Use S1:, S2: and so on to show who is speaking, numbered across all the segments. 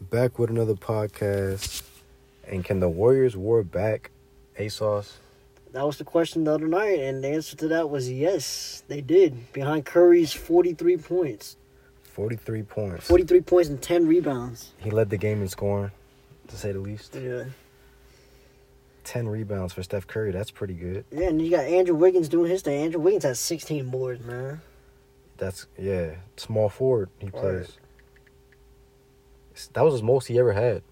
S1: back with another podcast. And can the Warriors war back, ASOS?
S2: That was the question the other night, and the answer to that was yes, they did. Behind Curry's 43 points.
S1: 43 points.
S2: 43 points and 10 rebounds.
S1: He led the game in scoring, to say the least.
S2: Yeah.
S1: 10 rebounds for Steph Curry. That's pretty good.
S2: Yeah, and you got Andrew Wiggins doing his thing. Andrew Wiggins has 16 boards, man.
S1: That's, yeah, small forward he
S2: Right.
S1: plays. That was his most he ever had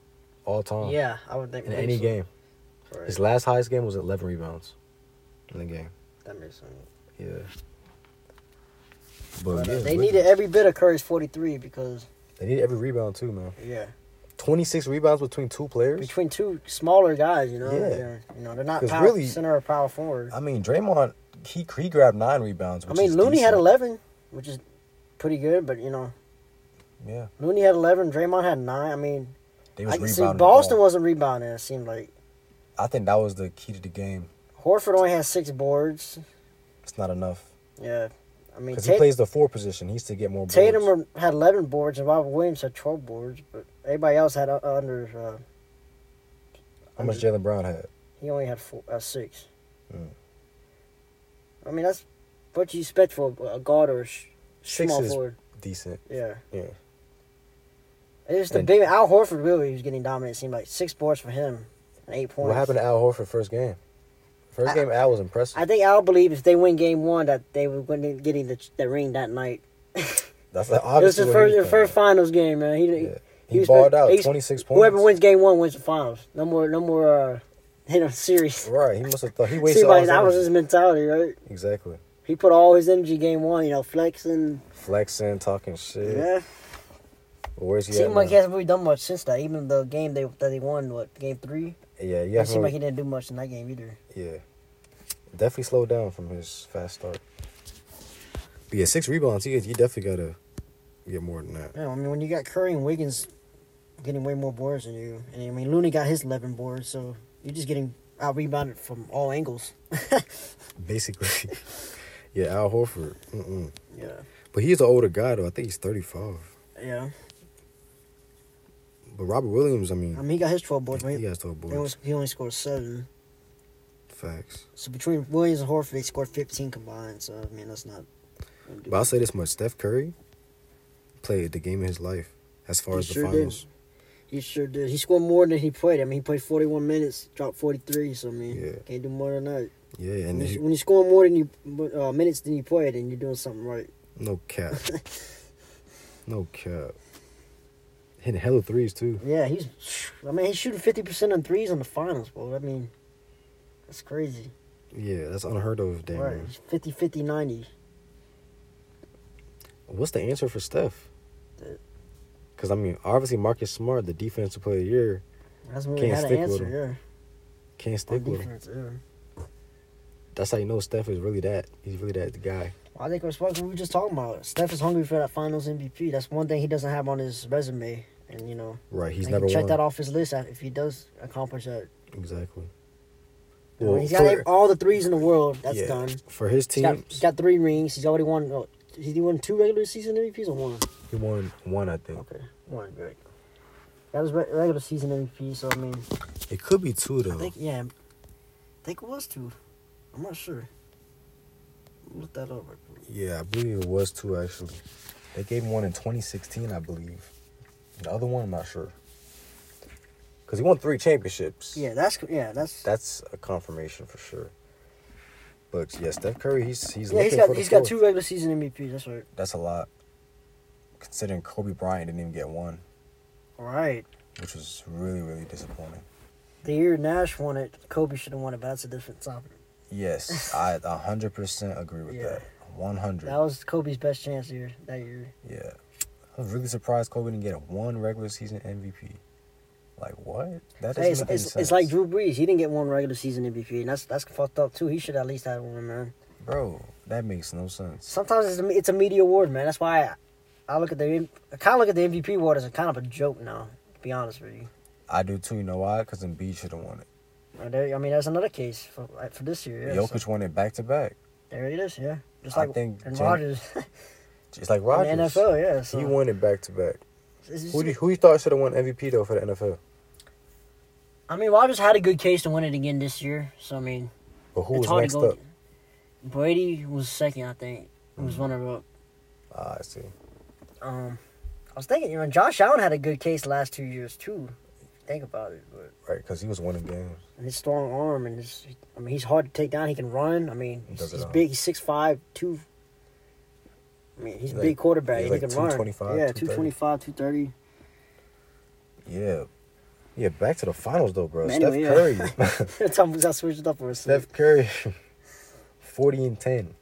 S1: all time
S2: Yeah, I would think.
S1: in any game.
S2: Right.
S1: His last highest game was 11 rebounds in the game.
S2: That makes sense.
S1: Yeah.
S2: But,
S1: But
S2: uh,
S1: yeah,
S2: they
S1: Wiggins-
S2: needed every bit of Curry's 43 because,
S1: they need every rebound too, man.
S2: yeah,
S1: 26 rebounds between two players.
S2: between two smaller guys, you know,
S1: Yeah.
S2: they're, you know, they're not
S1: 'Cause
S2: power,
S1: really-
S2: center or power forward.
S1: I mean, Draymond, he, he grabbed nine rebounds.
S2: I
S1: Which
S2: mean,
S1: is
S2: Looney had
S1: decent.
S2: 11, which is pretty good, but you know,
S1: Yeah,
S2: Looney had 11, Draymond had nine. I mean,
S1: they was
S2: I can see
S1: rebounding. the
S2: Boston
S1: ball.
S2: wasn't rebounding. It seemed like
S1: I think that was the key to the game.
S2: Horford only had six boards.
S1: It's not enough
S2: Yeah, I mean,
S1: because
S2: Ta-
S1: he plays the four position. He needs to get more. Boards.
S2: Tatum had 11 boards and Robert Williams had 12 boards, but everybody else had uh, under. Uh,
S1: how much Jalen Brown had?
S2: he only had four, uh, six.
S1: Mm.
S2: I mean, that's what you expect for a- a guard or a sh-
S1: Six
S2: small
S1: is
S2: forward.
S1: decent.
S2: Yeah.
S1: Yeah,
S2: It's just the
S1: And-
S2: big Al Horford really was getting dominant. It seemed like six boards for him and eight points.
S1: what happened to Al Horford first game? First
S2: I-
S1: game, Al was impressive.
S2: I think Al believed if they win game one that they were winning, getting the, the ring that night.
S1: That's like,
S2: It was
S1: obviously
S2: his
S1: where
S2: first,
S1: he
S2: his first
S1: from.
S2: finals game, man. He, he,
S1: Yeah. He,
S2: was
S1: balled
S2: supposed-
S1: out
S2: he's-
S1: twenty six points.
S2: Whoever wins game one wins the finals. No more, no more uh, hit him series.
S1: Right, he must have thought he
S2: See,
S1: wasted all
S2: like,
S1: his
S2: that was his
S1: energy.
S2: mentality, right?
S1: exactly
S2: He put all his energy game one, you know, flexing.
S1: flexing, talking shit.
S2: Yeah.
S1: But Where's he at?
S2: Seemed like he
S1: now?
S2: hasn't really done much since that. Even the game they that he won, what game three?
S1: yeah,
S2: Yeah,
S1: yeah,
S2: it seemed like he didn't do much in that game either.
S1: Yeah. Definitely slowed down from his fast start. But yeah, six rebounds, you, you definitely gotta get more than that.
S2: Yeah, I mean, when you got Curry and Wiggins getting way more boards than you, and I mean Looney got his eleven boards, so you're just getting out rebounded from all angles.
S1: Basically. yeah, Al Horford. Mm-mm.
S2: Yeah,
S1: But he's an older guy though. I think he's thirty five.
S2: yeah.
S1: But Robert Williams, I
S2: I
S1: mean,
S2: mean, he got his twelve boards. But
S1: he
S2: he,
S1: has twelve
S2: he only,
S1: boards.
S2: he only scored seven.
S1: Facts.
S2: So between Williams and Horford, they scored fifteen combined. So I mean, that's not.
S1: But I'll say this much: Steph Curry played the game of his life as far
S2: He
S1: as the
S2: sure did.
S1: finals.
S2: He sure did. He scored more than he played. I mean, he played 41 minutes, dropped 43. So I mean,
S1: Yeah.
S2: can't do more than that.
S1: Yeah,
S2: When
S1: and
S2: you,
S1: he,
S2: when you score more than you uh, minutes than you play, then you're doing something right.
S1: no cap, no cap. Hitting hella threes too.
S2: Yeah, he's. I mean, he's shooting 50 percent on threes in the finals, bro. I mean, that's crazy.
S1: Yeah, that's unheard of. Damn.
S2: Right?
S1: near.
S2: He's 50, 50, 90.
S1: What's the answer for Steph?
S2: The-
S1: Because I mean, obviously Marcus Smart, the defensive player of the year,
S2: That's when we
S1: Can't
S2: had an
S1: stick with
S2: answer.
S1: can't
S2: Yeah, on
S1: stick with him.
S2: defense. Yeah.
S1: That's how you know Steph is really that. He's really that guy.
S2: Well, I think we're supposed. We were just talking about. it. Steph is hungry for that Finals MVP. That's one thing he doesn't have on his resume, and you know
S1: Right. He's
S2: they
S1: never
S2: can check
S1: won.
S2: that off his list if he does accomplish that.
S1: Exactly.
S2: I
S1: Well,
S2: mean, he's got
S1: for-
S2: all the threes in the world. That's
S1: yeah,
S2: done.
S1: For his
S2: He's
S1: teams,
S2: got, he's got three rings. He's already won. Oh, he won two regular season MVPs or one.
S1: he won one, I think.
S2: Okay, one. Great. That was re- regular season MVP. So I mean,
S1: It could be two though.
S2: I think yeah, I think it was two. I'm not sure. Look that up. right quick.
S1: yeah, I believe it was two actually. They gave him one in 2016, I believe. The other one, I'm not sure. Because he won three championships.
S2: Yeah, that's yeah, that's
S1: That's a confirmation for sure. But yeah, Steph Curry, he's he's
S2: yeah.
S1: looking
S2: He's
S1: for
S2: got
S1: the
S2: he's got
S1: fourth.
S2: two regular season MVPs. That's right.
S1: That's a lot, considering Kobe Bryant didn't even get one,
S2: All right.
S1: which was really really disappointing.
S2: The year Nash won it, Kobe should have won it, but that's a different topic.
S1: Yes, I a hundred percent agree with
S2: Yeah.
S1: that. One hundred.
S2: That was Kobe's best chance year that year.
S1: yeah, I was really surprised Kobe didn't get one regular season MVP. Like what? That doesn't
S2: Hey, it's,
S1: make any
S2: it's,
S1: sense.
S2: it's like Drew Brees. He didn't get one regular season MVP, and that's that's fucked up too. He should at least have one, man.
S1: bro, that makes no sense.
S2: Sometimes it's a, it's a media award, man. That's why I, I look at the M- I kind of look at the MVP award as a kind of a joke now. To be honest with you,
S1: I do too. You know why? Because Embiid should have won it.
S2: Uh, there- I mean that's another case for like, for this year. Yeah,
S1: Jokic
S2: so-
S1: won it back to back.
S2: there it is. Yeah, just
S1: I
S2: like
S1: think
S2: and
S1: Jam-
S2: Rodgers
S1: It's like
S2: in
S1: Rodgers.
S2: the NFL. Yeah, so
S1: He won it back to back.
S2: It's just-
S1: Who do you, who you thought should have won MVP though for the NFL?
S2: I mean, Rodgers had a good case to win it again this year. So I mean,
S1: But who
S2: it's
S1: was
S2: hard
S1: next
S2: to go.
S1: up?
S2: Brady was second, I think. He
S1: Mm.
S2: was runner up.
S1: Ah, I see.
S2: Um, I was thinking, you know, Josh Allen had a good case last two years too. Think about it, but
S1: Right, because he was winning games.
S2: and his strong arm and his, I mean, he's hard to take down. He can run. I mean,
S1: He
S2: he's,
S1: does it
S2: he's
S1: all.
S2: big. He's six five two. I mean, he's a
S1: Like-
S2: big quarterback.
S1: he's
S2: and he
S1: like
S2: can run.
S1: 225,
S2: yeah,
S1: 230.
S2: 225, 230.
S1: Yeah, yeah. Back to the finals though, bro.
S2: Man,
S1: Steph
S2: anyway, yeah.
S1: Curry.
S2: Tom got switched up for a second.
S1: Steph Curry, 40 and 10.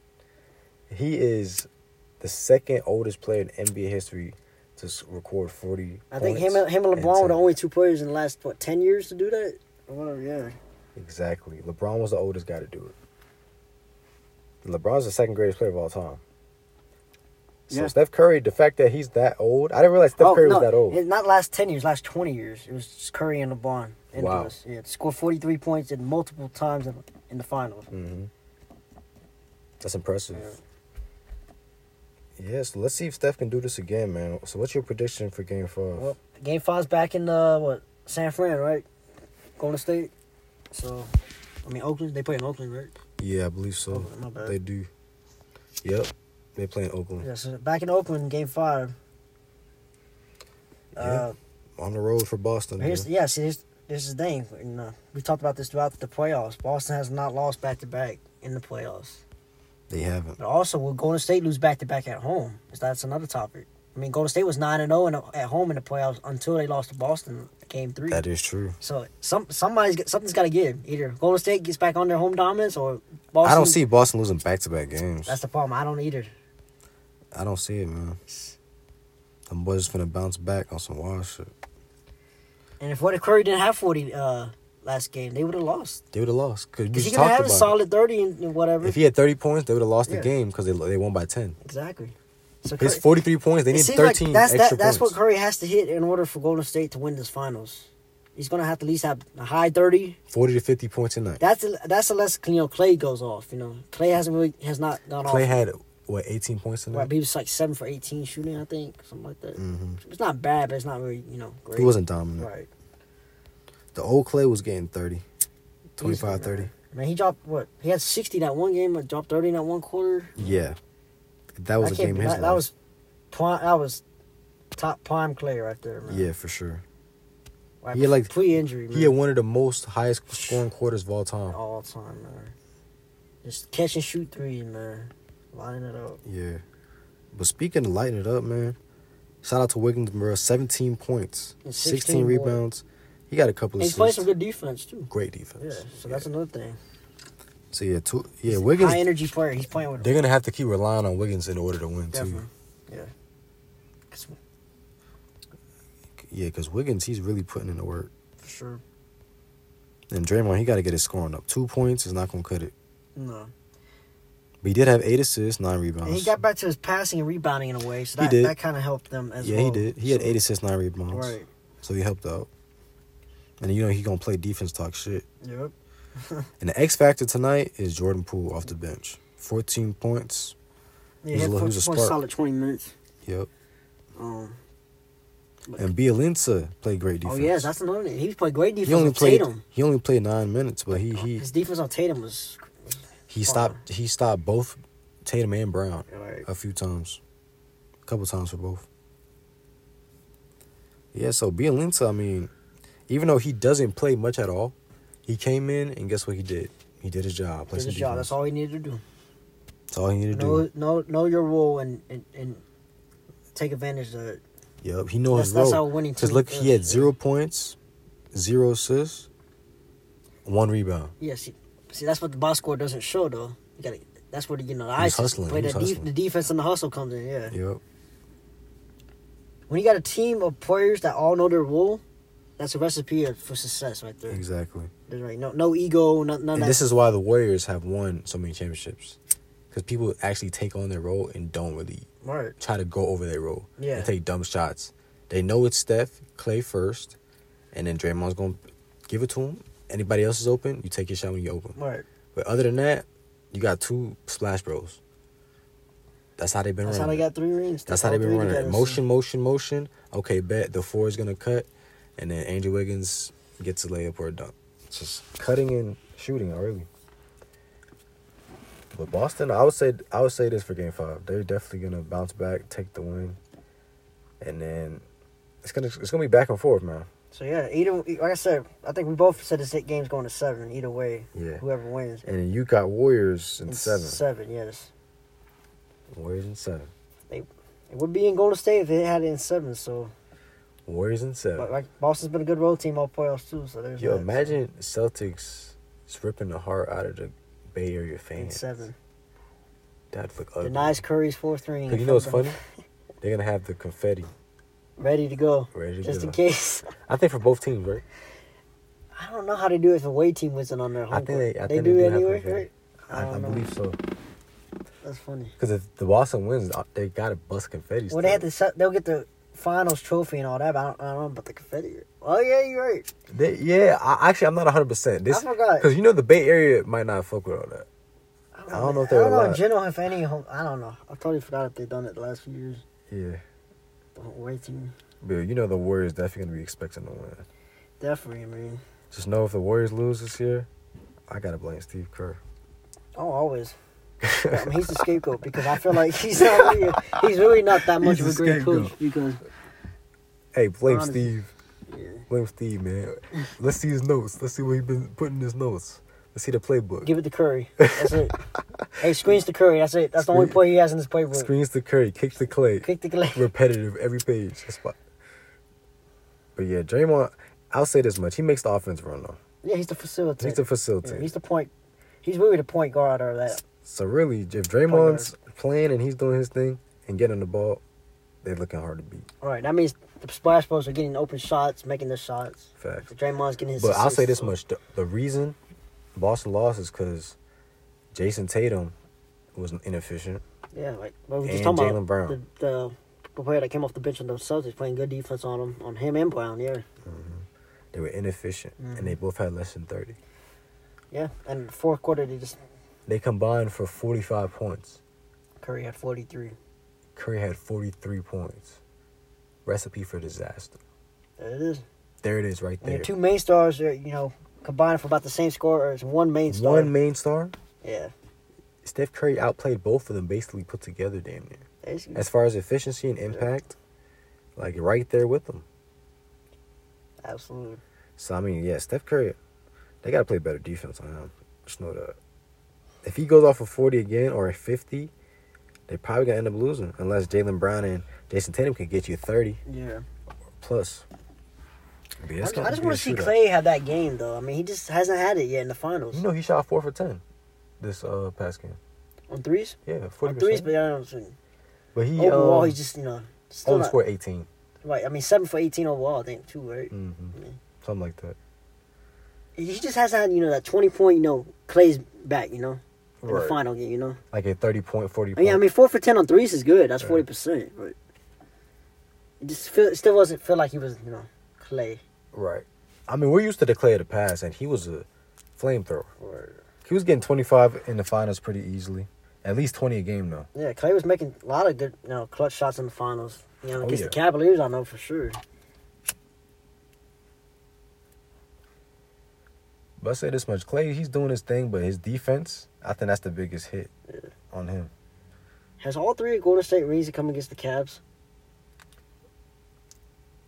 S1: He is the second oldest player in NBA history to s- record 40.
S2: I think him,
S1: points
S2: and- him and LeBron were
S1: 10.
S2: the only two players in the last what ten years to do that. Or whatever, yeah.
S1: Exactly. LeBron was the oldest guy to do it. LeBron's the second greatest player of all time. So
S2: Yeah.
S1: Steph Curry, the fact that he's that old, I didn't realize Steph Curry was that old.
S2: Oh, it- not last ten years, last twenty years. It was just Curry and LeBron. And
S1: Wow.
S2: Lewis. Yeah, scored forty three points in multiple times in, in the finals.
S1: hmm That's impressive. Yes, let's see if Steph can do this again, man. So, what's your prediction for Game Five?
S2: Well, game five's back in uh, what San Fran, right? Golden State. So, I mean Oakland. They play in Oakland, right?
S1: yeah, I believe so.
S2: Oakland, oh, my bad.
S1: They do. Yep. They play in Oakland.
S2: yeah, so back in Oakland, game five. Uh,
S1: On the road for Boston.
S2: But Here's
S1: man.
S2: yeah, see, here's, here's the thing. And, uh, we talked about this throughout the playoffs. Boston has not lost back to back in the playoffs.
S1: They haven't.
S2: But also, will Golden State lose back to back at home? Is that's another topic. I mean, Golden State was nine and zero in the- at home in the playoffs until they lost to Boston game three.
S1: That is true.
S2: so some somebody's got- something's got to give. Either Golden State gets back on their home dominance, or Boston.
S1: I don't see Boston losing back to back games.
S2: That's the problem. I don't either.
S1: I don't see it, man. Them boys finna bounce back on some wild shit.
S2: And if what if Curry didn't have forty uh, last game, they would have lost.
S1: They would have lost. Cause you
S2: Because he
S1: just
S2: could have
S1: talked
S2: had
S1: about
S2: a
S1: it.
S2: solid thirty and and whatever.
S1: If he had 30 points, they would have lost
S2: Yeah.
S1: the game because they, they won by 10.
S2: exactly. So
S1: His
S2: Curry-
S1: 43 points, they
S2: It
S1: need
S2: seems
S1: 13
S2: like that's,
S1: extra
S2: that, that's what
S1: points.
S2: Curry has to hit in order for Golden State to win this finals. He's gonna have to at least have a high thirty.
S1: 40 to 50 points a night.
S2: That's that's unless you know Clay goes off. You know Clay hasn't really has not gone
S1: Clay
S2: off.
S1: had, what, 18 points a
S2: right,
S1: night?
S2: but he was like seven for eighteen shooting, I think, something like that. It's not bad, but it's not really you know great.
S1: Mm-hmm. He wasn't dominant.
S2: right.
S1: The old Clay was getting 30,
S2: He was-
S1: 25, 30.
S2: Man, he dropped what? He had sixty that one game, but dropped thirty in that one quarter.
S1: Yeah. That was
S2: I
S1: a
S2: can't
S1: game
S2: be-
S1: of his
S2: that, that
S1: life.
S2: was, prime, that was top prime Clay right there, man.
S1: Yeah, for sure.
S2: like,
S1: he had, like-
S2: pre-injury. Man. Oh.
S1: He had one of the most highest scoring quarters of all time.
S2: all time, man. Just catch and shoot three, man. Line it up.
S1: Yeah. But speaking of lighting it up, man, shout out to Wiggins, bro. 17 points,
S2: And
S1: 16,
S2: 16 boards.
S1: rebounds. He got a couple
S2: And
S1: of
S2: he's playing some
S1: assists.
S2: good defense too.
S1: Great
S2: Yeah,
S1: defense.
S2: so that's another thing.
S1: So, yeah, two, yeah,
S2: High
S1: Wiggins.
S2: energy player. He's playing with
S1: They're gonna have to keep relying on Wiggins in order to win
S2: definitely.
S1: too.
S2: Yeah. 'Cause
S1: Yeah, because Wiggins, he's really putting in the work.
S2: for sure.
S1: And Draymond, he got to get his scoring up. Two points is not gonna cut it.
S2: No.
S1: But he did have eight assists, nine rebounds.
S2: And he got back to his passing and rebounding in a way, so
S1: He
S2: that,
S1: did.
S2: that kind of helped them as
S1: yeah,
S2: well.
S1: he did. He had
S2: So-
S1: eight assists, nine rebounds.
S2: Right.
S1: So he helped out. And you know he gonna play defense, talk shit.
S2: Yep.
S1: And the X factor tonight is Jordan Poole off the bench. 14 points.
S2: Yeah,
S1: He was a
S2: he
S1: little- he
S2: had
S1: was a
S2: four- four
S1: spark.
S2: solid twenty minutes.
S1: Yep.
S2: Um,
S1: And Bielinsa played great
S2: oh
S1: defense.
S2: yeah, that's another thing. He played great defense.
S1: he only
S2: on
S1: played
S2: Tatum.
S1: he only played 9 minutes, but he he
S2: His defense on Tatum was
S1: he stopped he stopped both Tatum and Brown
S2: Right.
S1: a few times. A couple times for both. Yeah, so Bielinsa, I mean, even though he doesn't play much at all, he came in and guess what he did? He did his job. Played
S2: did his
S1: some
S2: job.
S1: defense.
S2: That's all he needed to do.
S1: That's all he needed to
S2: know,
S1: do.
S2: know, know your role and, and, and take advantage of it.
S1: Yep, he knows
S2: That's-
S1: his role.
S2: that's how winning
S1: Because
S2: team
S1: look, he had
S2: is.
S1: zero points, zero assists, one rebound.
S2: Yeah, see, see, that's what the box score doesn't show, though. You gotta, that's where the, you know, the eyes
S1: hustling,
S2: play
S1: he was
S2: that def-
S1: hustling.
S2: the defense and the hustle comes in. Yeah.
S1: Yep.
S2: when you got a team of players that all know their role, that's a recipe of- for success right there.
S1: Exactly.
S2: There's right, no, no ego, no, none
S1: And
S2: of
S1: this
S2: that.
S1: is why the Warriors have won so many championships. Because people actually take on their role and don't really
S2: Right.
S1: try to go over their role.
S2: Yeah.
S1: And take dumb shots. They know it's Steph, Clay first, and then Draymond's going to give it to him. Anybody else is open, you take your shot when you're open.
S2: Right.
S1: But other than that, you got two splash bros. That's how they've been
S2: That's how
S1: running.
S2: they got three rings.
S1: That's how
S2: all
S1: they've been
S2: three
S1: running. it.
S2: together, so-
S1: Motion, motion, motion. Okay, bet the four is gonna cut, and then Andrew Wiggins gets a layup or a dunk. It's just cutting and shooting already. But Boston, I would say, I would say this for Game Five, they're definitely gonna bounce back, take the win, and then it's gonna it's gonna be back and forth, man.
S2: So yeah, either like I said, I think we both said this game's going to seven. Either way,
S1: Yeah.
S2: whoever wins.
S1: And then you got Warriors in
S2: It's
S1: seven.
S2: Seven, yes.
S1: Warriors in seven.
S2: It would be in Golden State if they had it in seven. So,
S1: Warriors in seven.
S2: but like Boston's been a good road team all playoffs too. So there's
S1: Yo,
S2: that.
S1: imagine Celtics just ripping the heart out of the Bay Area
S2: in
S1: fans.
S2: seven.
S1: That'd look ugly.
S2: Denies Curry's fourth ring.
S1: Cause you know what's funny? They're gonna have the confetti
S2: Ready to go,
S1: ready to
S2: just
S1: go.
S2: in case.
S1: I think for both teams, right?
S2: I don't know how they do it if away team wasn't on their home.
S1: I think
S2: court.
S1: they- I
S2: they
S1: think
S2: do
S1: they do have
S2: anyway.
S1: confetti.
S2: Right? I don't know.
S1: so.
S2: That's funny.
S1: Because if the Boston wins, uh, they gotta bust confetti.
S2: Well, they
S1: still.
S2: have to. se- They'll get the finals trophy and all that. But I don't, I don't know about the confetti. Oh yeah, you're right.
S1: They- yeah, I, actually, I'm not 100. percent This
S2: forgot.
S1: because you know the Bay Area might not fuck with all that. I don't know if they're
S2: I don't know in
S1: allowed.
S2: general if any. home- I don't know. I totally forgot if they've done it the last few years.
S1: Yeah,
S2: The away team
S1: but you know the Warriors definitely gonna be expecting to win.
S2: definitely. I mean,
S1: Just know if the Warriors lose this year, I gotta blame Steve Kerr.
S2: oh, always. I mean, he's the scapegoat because I feel like he's not. Really, he's really not that much
S1: He's
S2: of
S1: the
S2: a great coach
S1: scapegoat.
S2: because
S1: Hey, blame
S2: Honestly.
S1: Steve.
S2: yeah,
S1: Blame Steve, man. Let's see his notes. Let's see what he's been putting in his notes. Let's see the playbook.
S2: give it to Curry. That's it. hey, screens to Curry. That's it. That's the only
S1: Screen-
S2: play he has in this playbook.
S1: Screens to Curry, kicks to Clay.
S2: Kick the glass.
S1: repetitive every page. That's why. But yeah, Draymond, I'll say this much: he makes the offense run though.
S2: Yeah, he's the facilitator.
S1: He's the
S2: Yeah,
S1: facilitator.
S2: he's the point. He's really the point guard or that.
S1: so really, if Draymond's playing and he's doing his thing and getting the ball, they're looking hard to beat.
S2: All right, that means the splash pros are getting open shots, making their shots.
S1: Facts.
S2: Draymond's getting his.
S1: But I'll say
S2: assists,
S1: this
S2: so-
S1: much: the, the reason Boston lost is because Jason Tatum was inefficient.
S2: Yeah, like what we were just
S1: And
S2: talking
S1: Jaylen
S2: about.
S1: Brown.
S2: The, the player that came off the bench on the Celtics playing good defense on him, on him and Brown. Yeah,
S1: They were inefficient, and
S2: Mm.
S1: they both had less than thirty.
S2: yeah. And the fourth quarter, they just
S1: They combined for forty-five points.
S2: Curry had forty three.
S1: Curry had forty-three points. Recipe for disaster.
S2: There it is.
S1: There it is, right
S2: And
S1: there.
S2: your two main stars are you know combined for about the same score, or it's one main star.
S1: One main star.
S2: Yeah.
S1: Steph Curry outplayed both of them basically put together, damn near.
S2: Basically.
S1: As far as efficiency and impact, like right there with them.
S2: Absolutely.
S1: So I mean, yeah, Steph Curry, they gotta play better defense on him. Just know that. If he goes off of forty again or a fifty, they probably gonna end up losing unless Jalen Brown and Jason Tatum can get you thirty
S2: Yeah.
S1: plus. But
S2: I
S1: it's
S2: just,
S1: gonna be a
S2: want to see
S1: shootout.
S2: Clay have that game though. I mean, he just hasn't had it yet in the finals.
S1: You know he shot four for ten this uh past game.
S2: on threes,
S1: Yeah, forty
S2: on threes,
S1: percent.
S2: but I don't think
S1: But he
S2: overall
S1: um,
S2: he's just you know still
S1: only
S2: not,
S1: scored eighteen.
S2: right. I mean, seven for eighteen overall, I think too, right?
S1: Mm-hmm.
S2: Yeah.
S1: Something like that.
S2: He just hasn't had you know that twenty point, you know, Clay's back, you know, in the
S1: Right.
S2: final game, you know.
S1: Like a 30 point, 40
S2: I mean, I mean, four for ten on threes is good. That's
S1: Right.
S2: forty percent, but it just feel, it still wasn't feel like he was you know Clay
S1: Right. I mean, we're used to the Clay of the past, and he was a flamethrower.
S2: or
S1: He was getting 25 in the finals pretty easily. At least 20 a game, though.
S2: yeah. Clay was making a lot of good you know clutch shots in the finals. You know,
S1: Oh,
S2: against
S1: yeah.
S2: the Cavaliers, I know for sure.
S1: But I say this much Clay, he's doing his thing, but his defense, I think that's the biggest hit on him.
S2: Has all three of Golden State rings to come against the Cavs?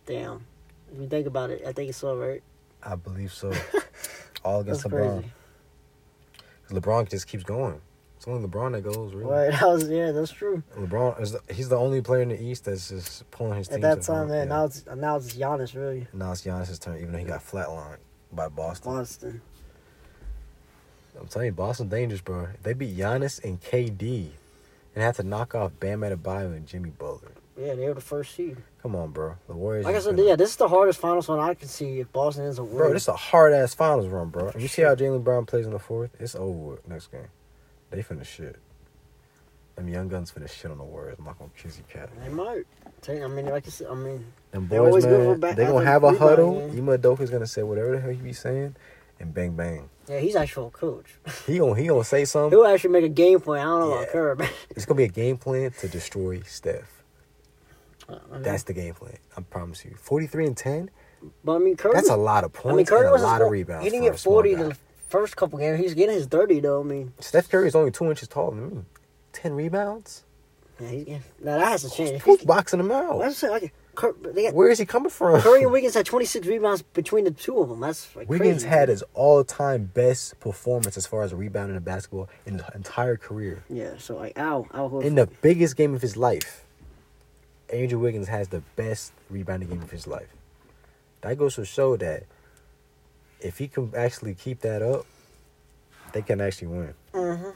S2: Damn. If you think about it, I think it's all right.
S1: I believe so. All
S2: That's
S1: against LeBron.
S2: crazy.
S1: 'Cause LeBron just keeps going. It's only LeBron that goes, really.
S2: Right? That was yeah. That's true.
S1: LeBron, is the, he's the only player in the East that's just pulling his
S2: At
S1: team.
S2: that time, man, now it's now it's Giannis really
S1: now it's Giannis' turn, even though he got flatlined by Boston.
S2: Boston.
S1: I'm telling you, Boston dangerous, bro. If They beat Giannis and KD, and have to knock off Bam Adebayo and Jimmy Butler.
S2: Yeah, they were the first seed.
S1: Come on, bro. The Warriors.
S2: Like I
S1: just
S2: said,
S1: been-
S2: yeah, this is the hardest finals one I can see if Boston ends up winning.
S1: bro, this is a hard ass finals run, bro. You see how Jalen Brown plays in the fourth? It's over with next game. They finna shit. Them young guns finna shit on the Warriors. I'm not gonna kiss you, cat.
S2: they might. Take- I mean, like I said, I mean,
S1: Them
S2: They
S1: boys,
S2: always good
S1: man.
S2: for back-
S1: they gonna
S2: after
S1: have a
S2: rebound,
S1: huddle.
S2: man.
S1: Ima Doka's gonna say whatever the hell he be saying, and bang bang.
S2: Yeah, he's actual coach.
S1: He gonna he gonna say something.
S2: He'll actually make a game plan. I don't know about
S1: Yeah.
S2: Kerr, man.
S1: It's gonna be a game plan to destroy Steph. That's the game plan. I promise you. Forty three and ten.
S2: But I mean, Kerr.
S1: That's a lot of points
S2: Curry
S1: and a
S2: wasn't
S1: lot of
S2: scoring-
S1: rebounds.
S2: He didn't
S1: for
S2: get
S1: a small
S2: forty
S1: guy.
S2: the first couple games. He's getting his thirty though. I mean,
S1: Steph Curry is only two inches taller than me. Ten rebounds.
S2: yeah, he's getting, now that has to change. If
S1: Who's
S2: he-
S1: boxing him out?
S2: That's what I'm saying, like Kerr, they got
S1: Where is he coming from?
S2: Curry and Wiggins had twenty six rebounds between the two of them. That's like
S1: Wiggins
S2: crazy.
S1: had his all-time best performance as far as rebounding the basketball in the entire career.
S2: Yeah, so like, ow, ow. Horford.
S1: In the biggest game of his life, Andrew Wiggins has the best rebounding game of his life. That goes to show that if he can actually keep that up, they can actually win.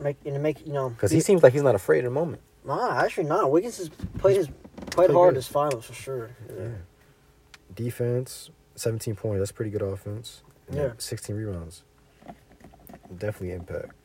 S2: make and to make you know
S1: Because he seems like he's not afraid of the moment.
S2: Nah, actually not. Wiggins has played his played
S1: Played
S2: hard
S1: good.
S2: this finals for sure. Yeah.
S1: Defense, 17 points. That's pretty good offense. And
S2: Yeah.
S1: 16 rebounds. Definitely impact.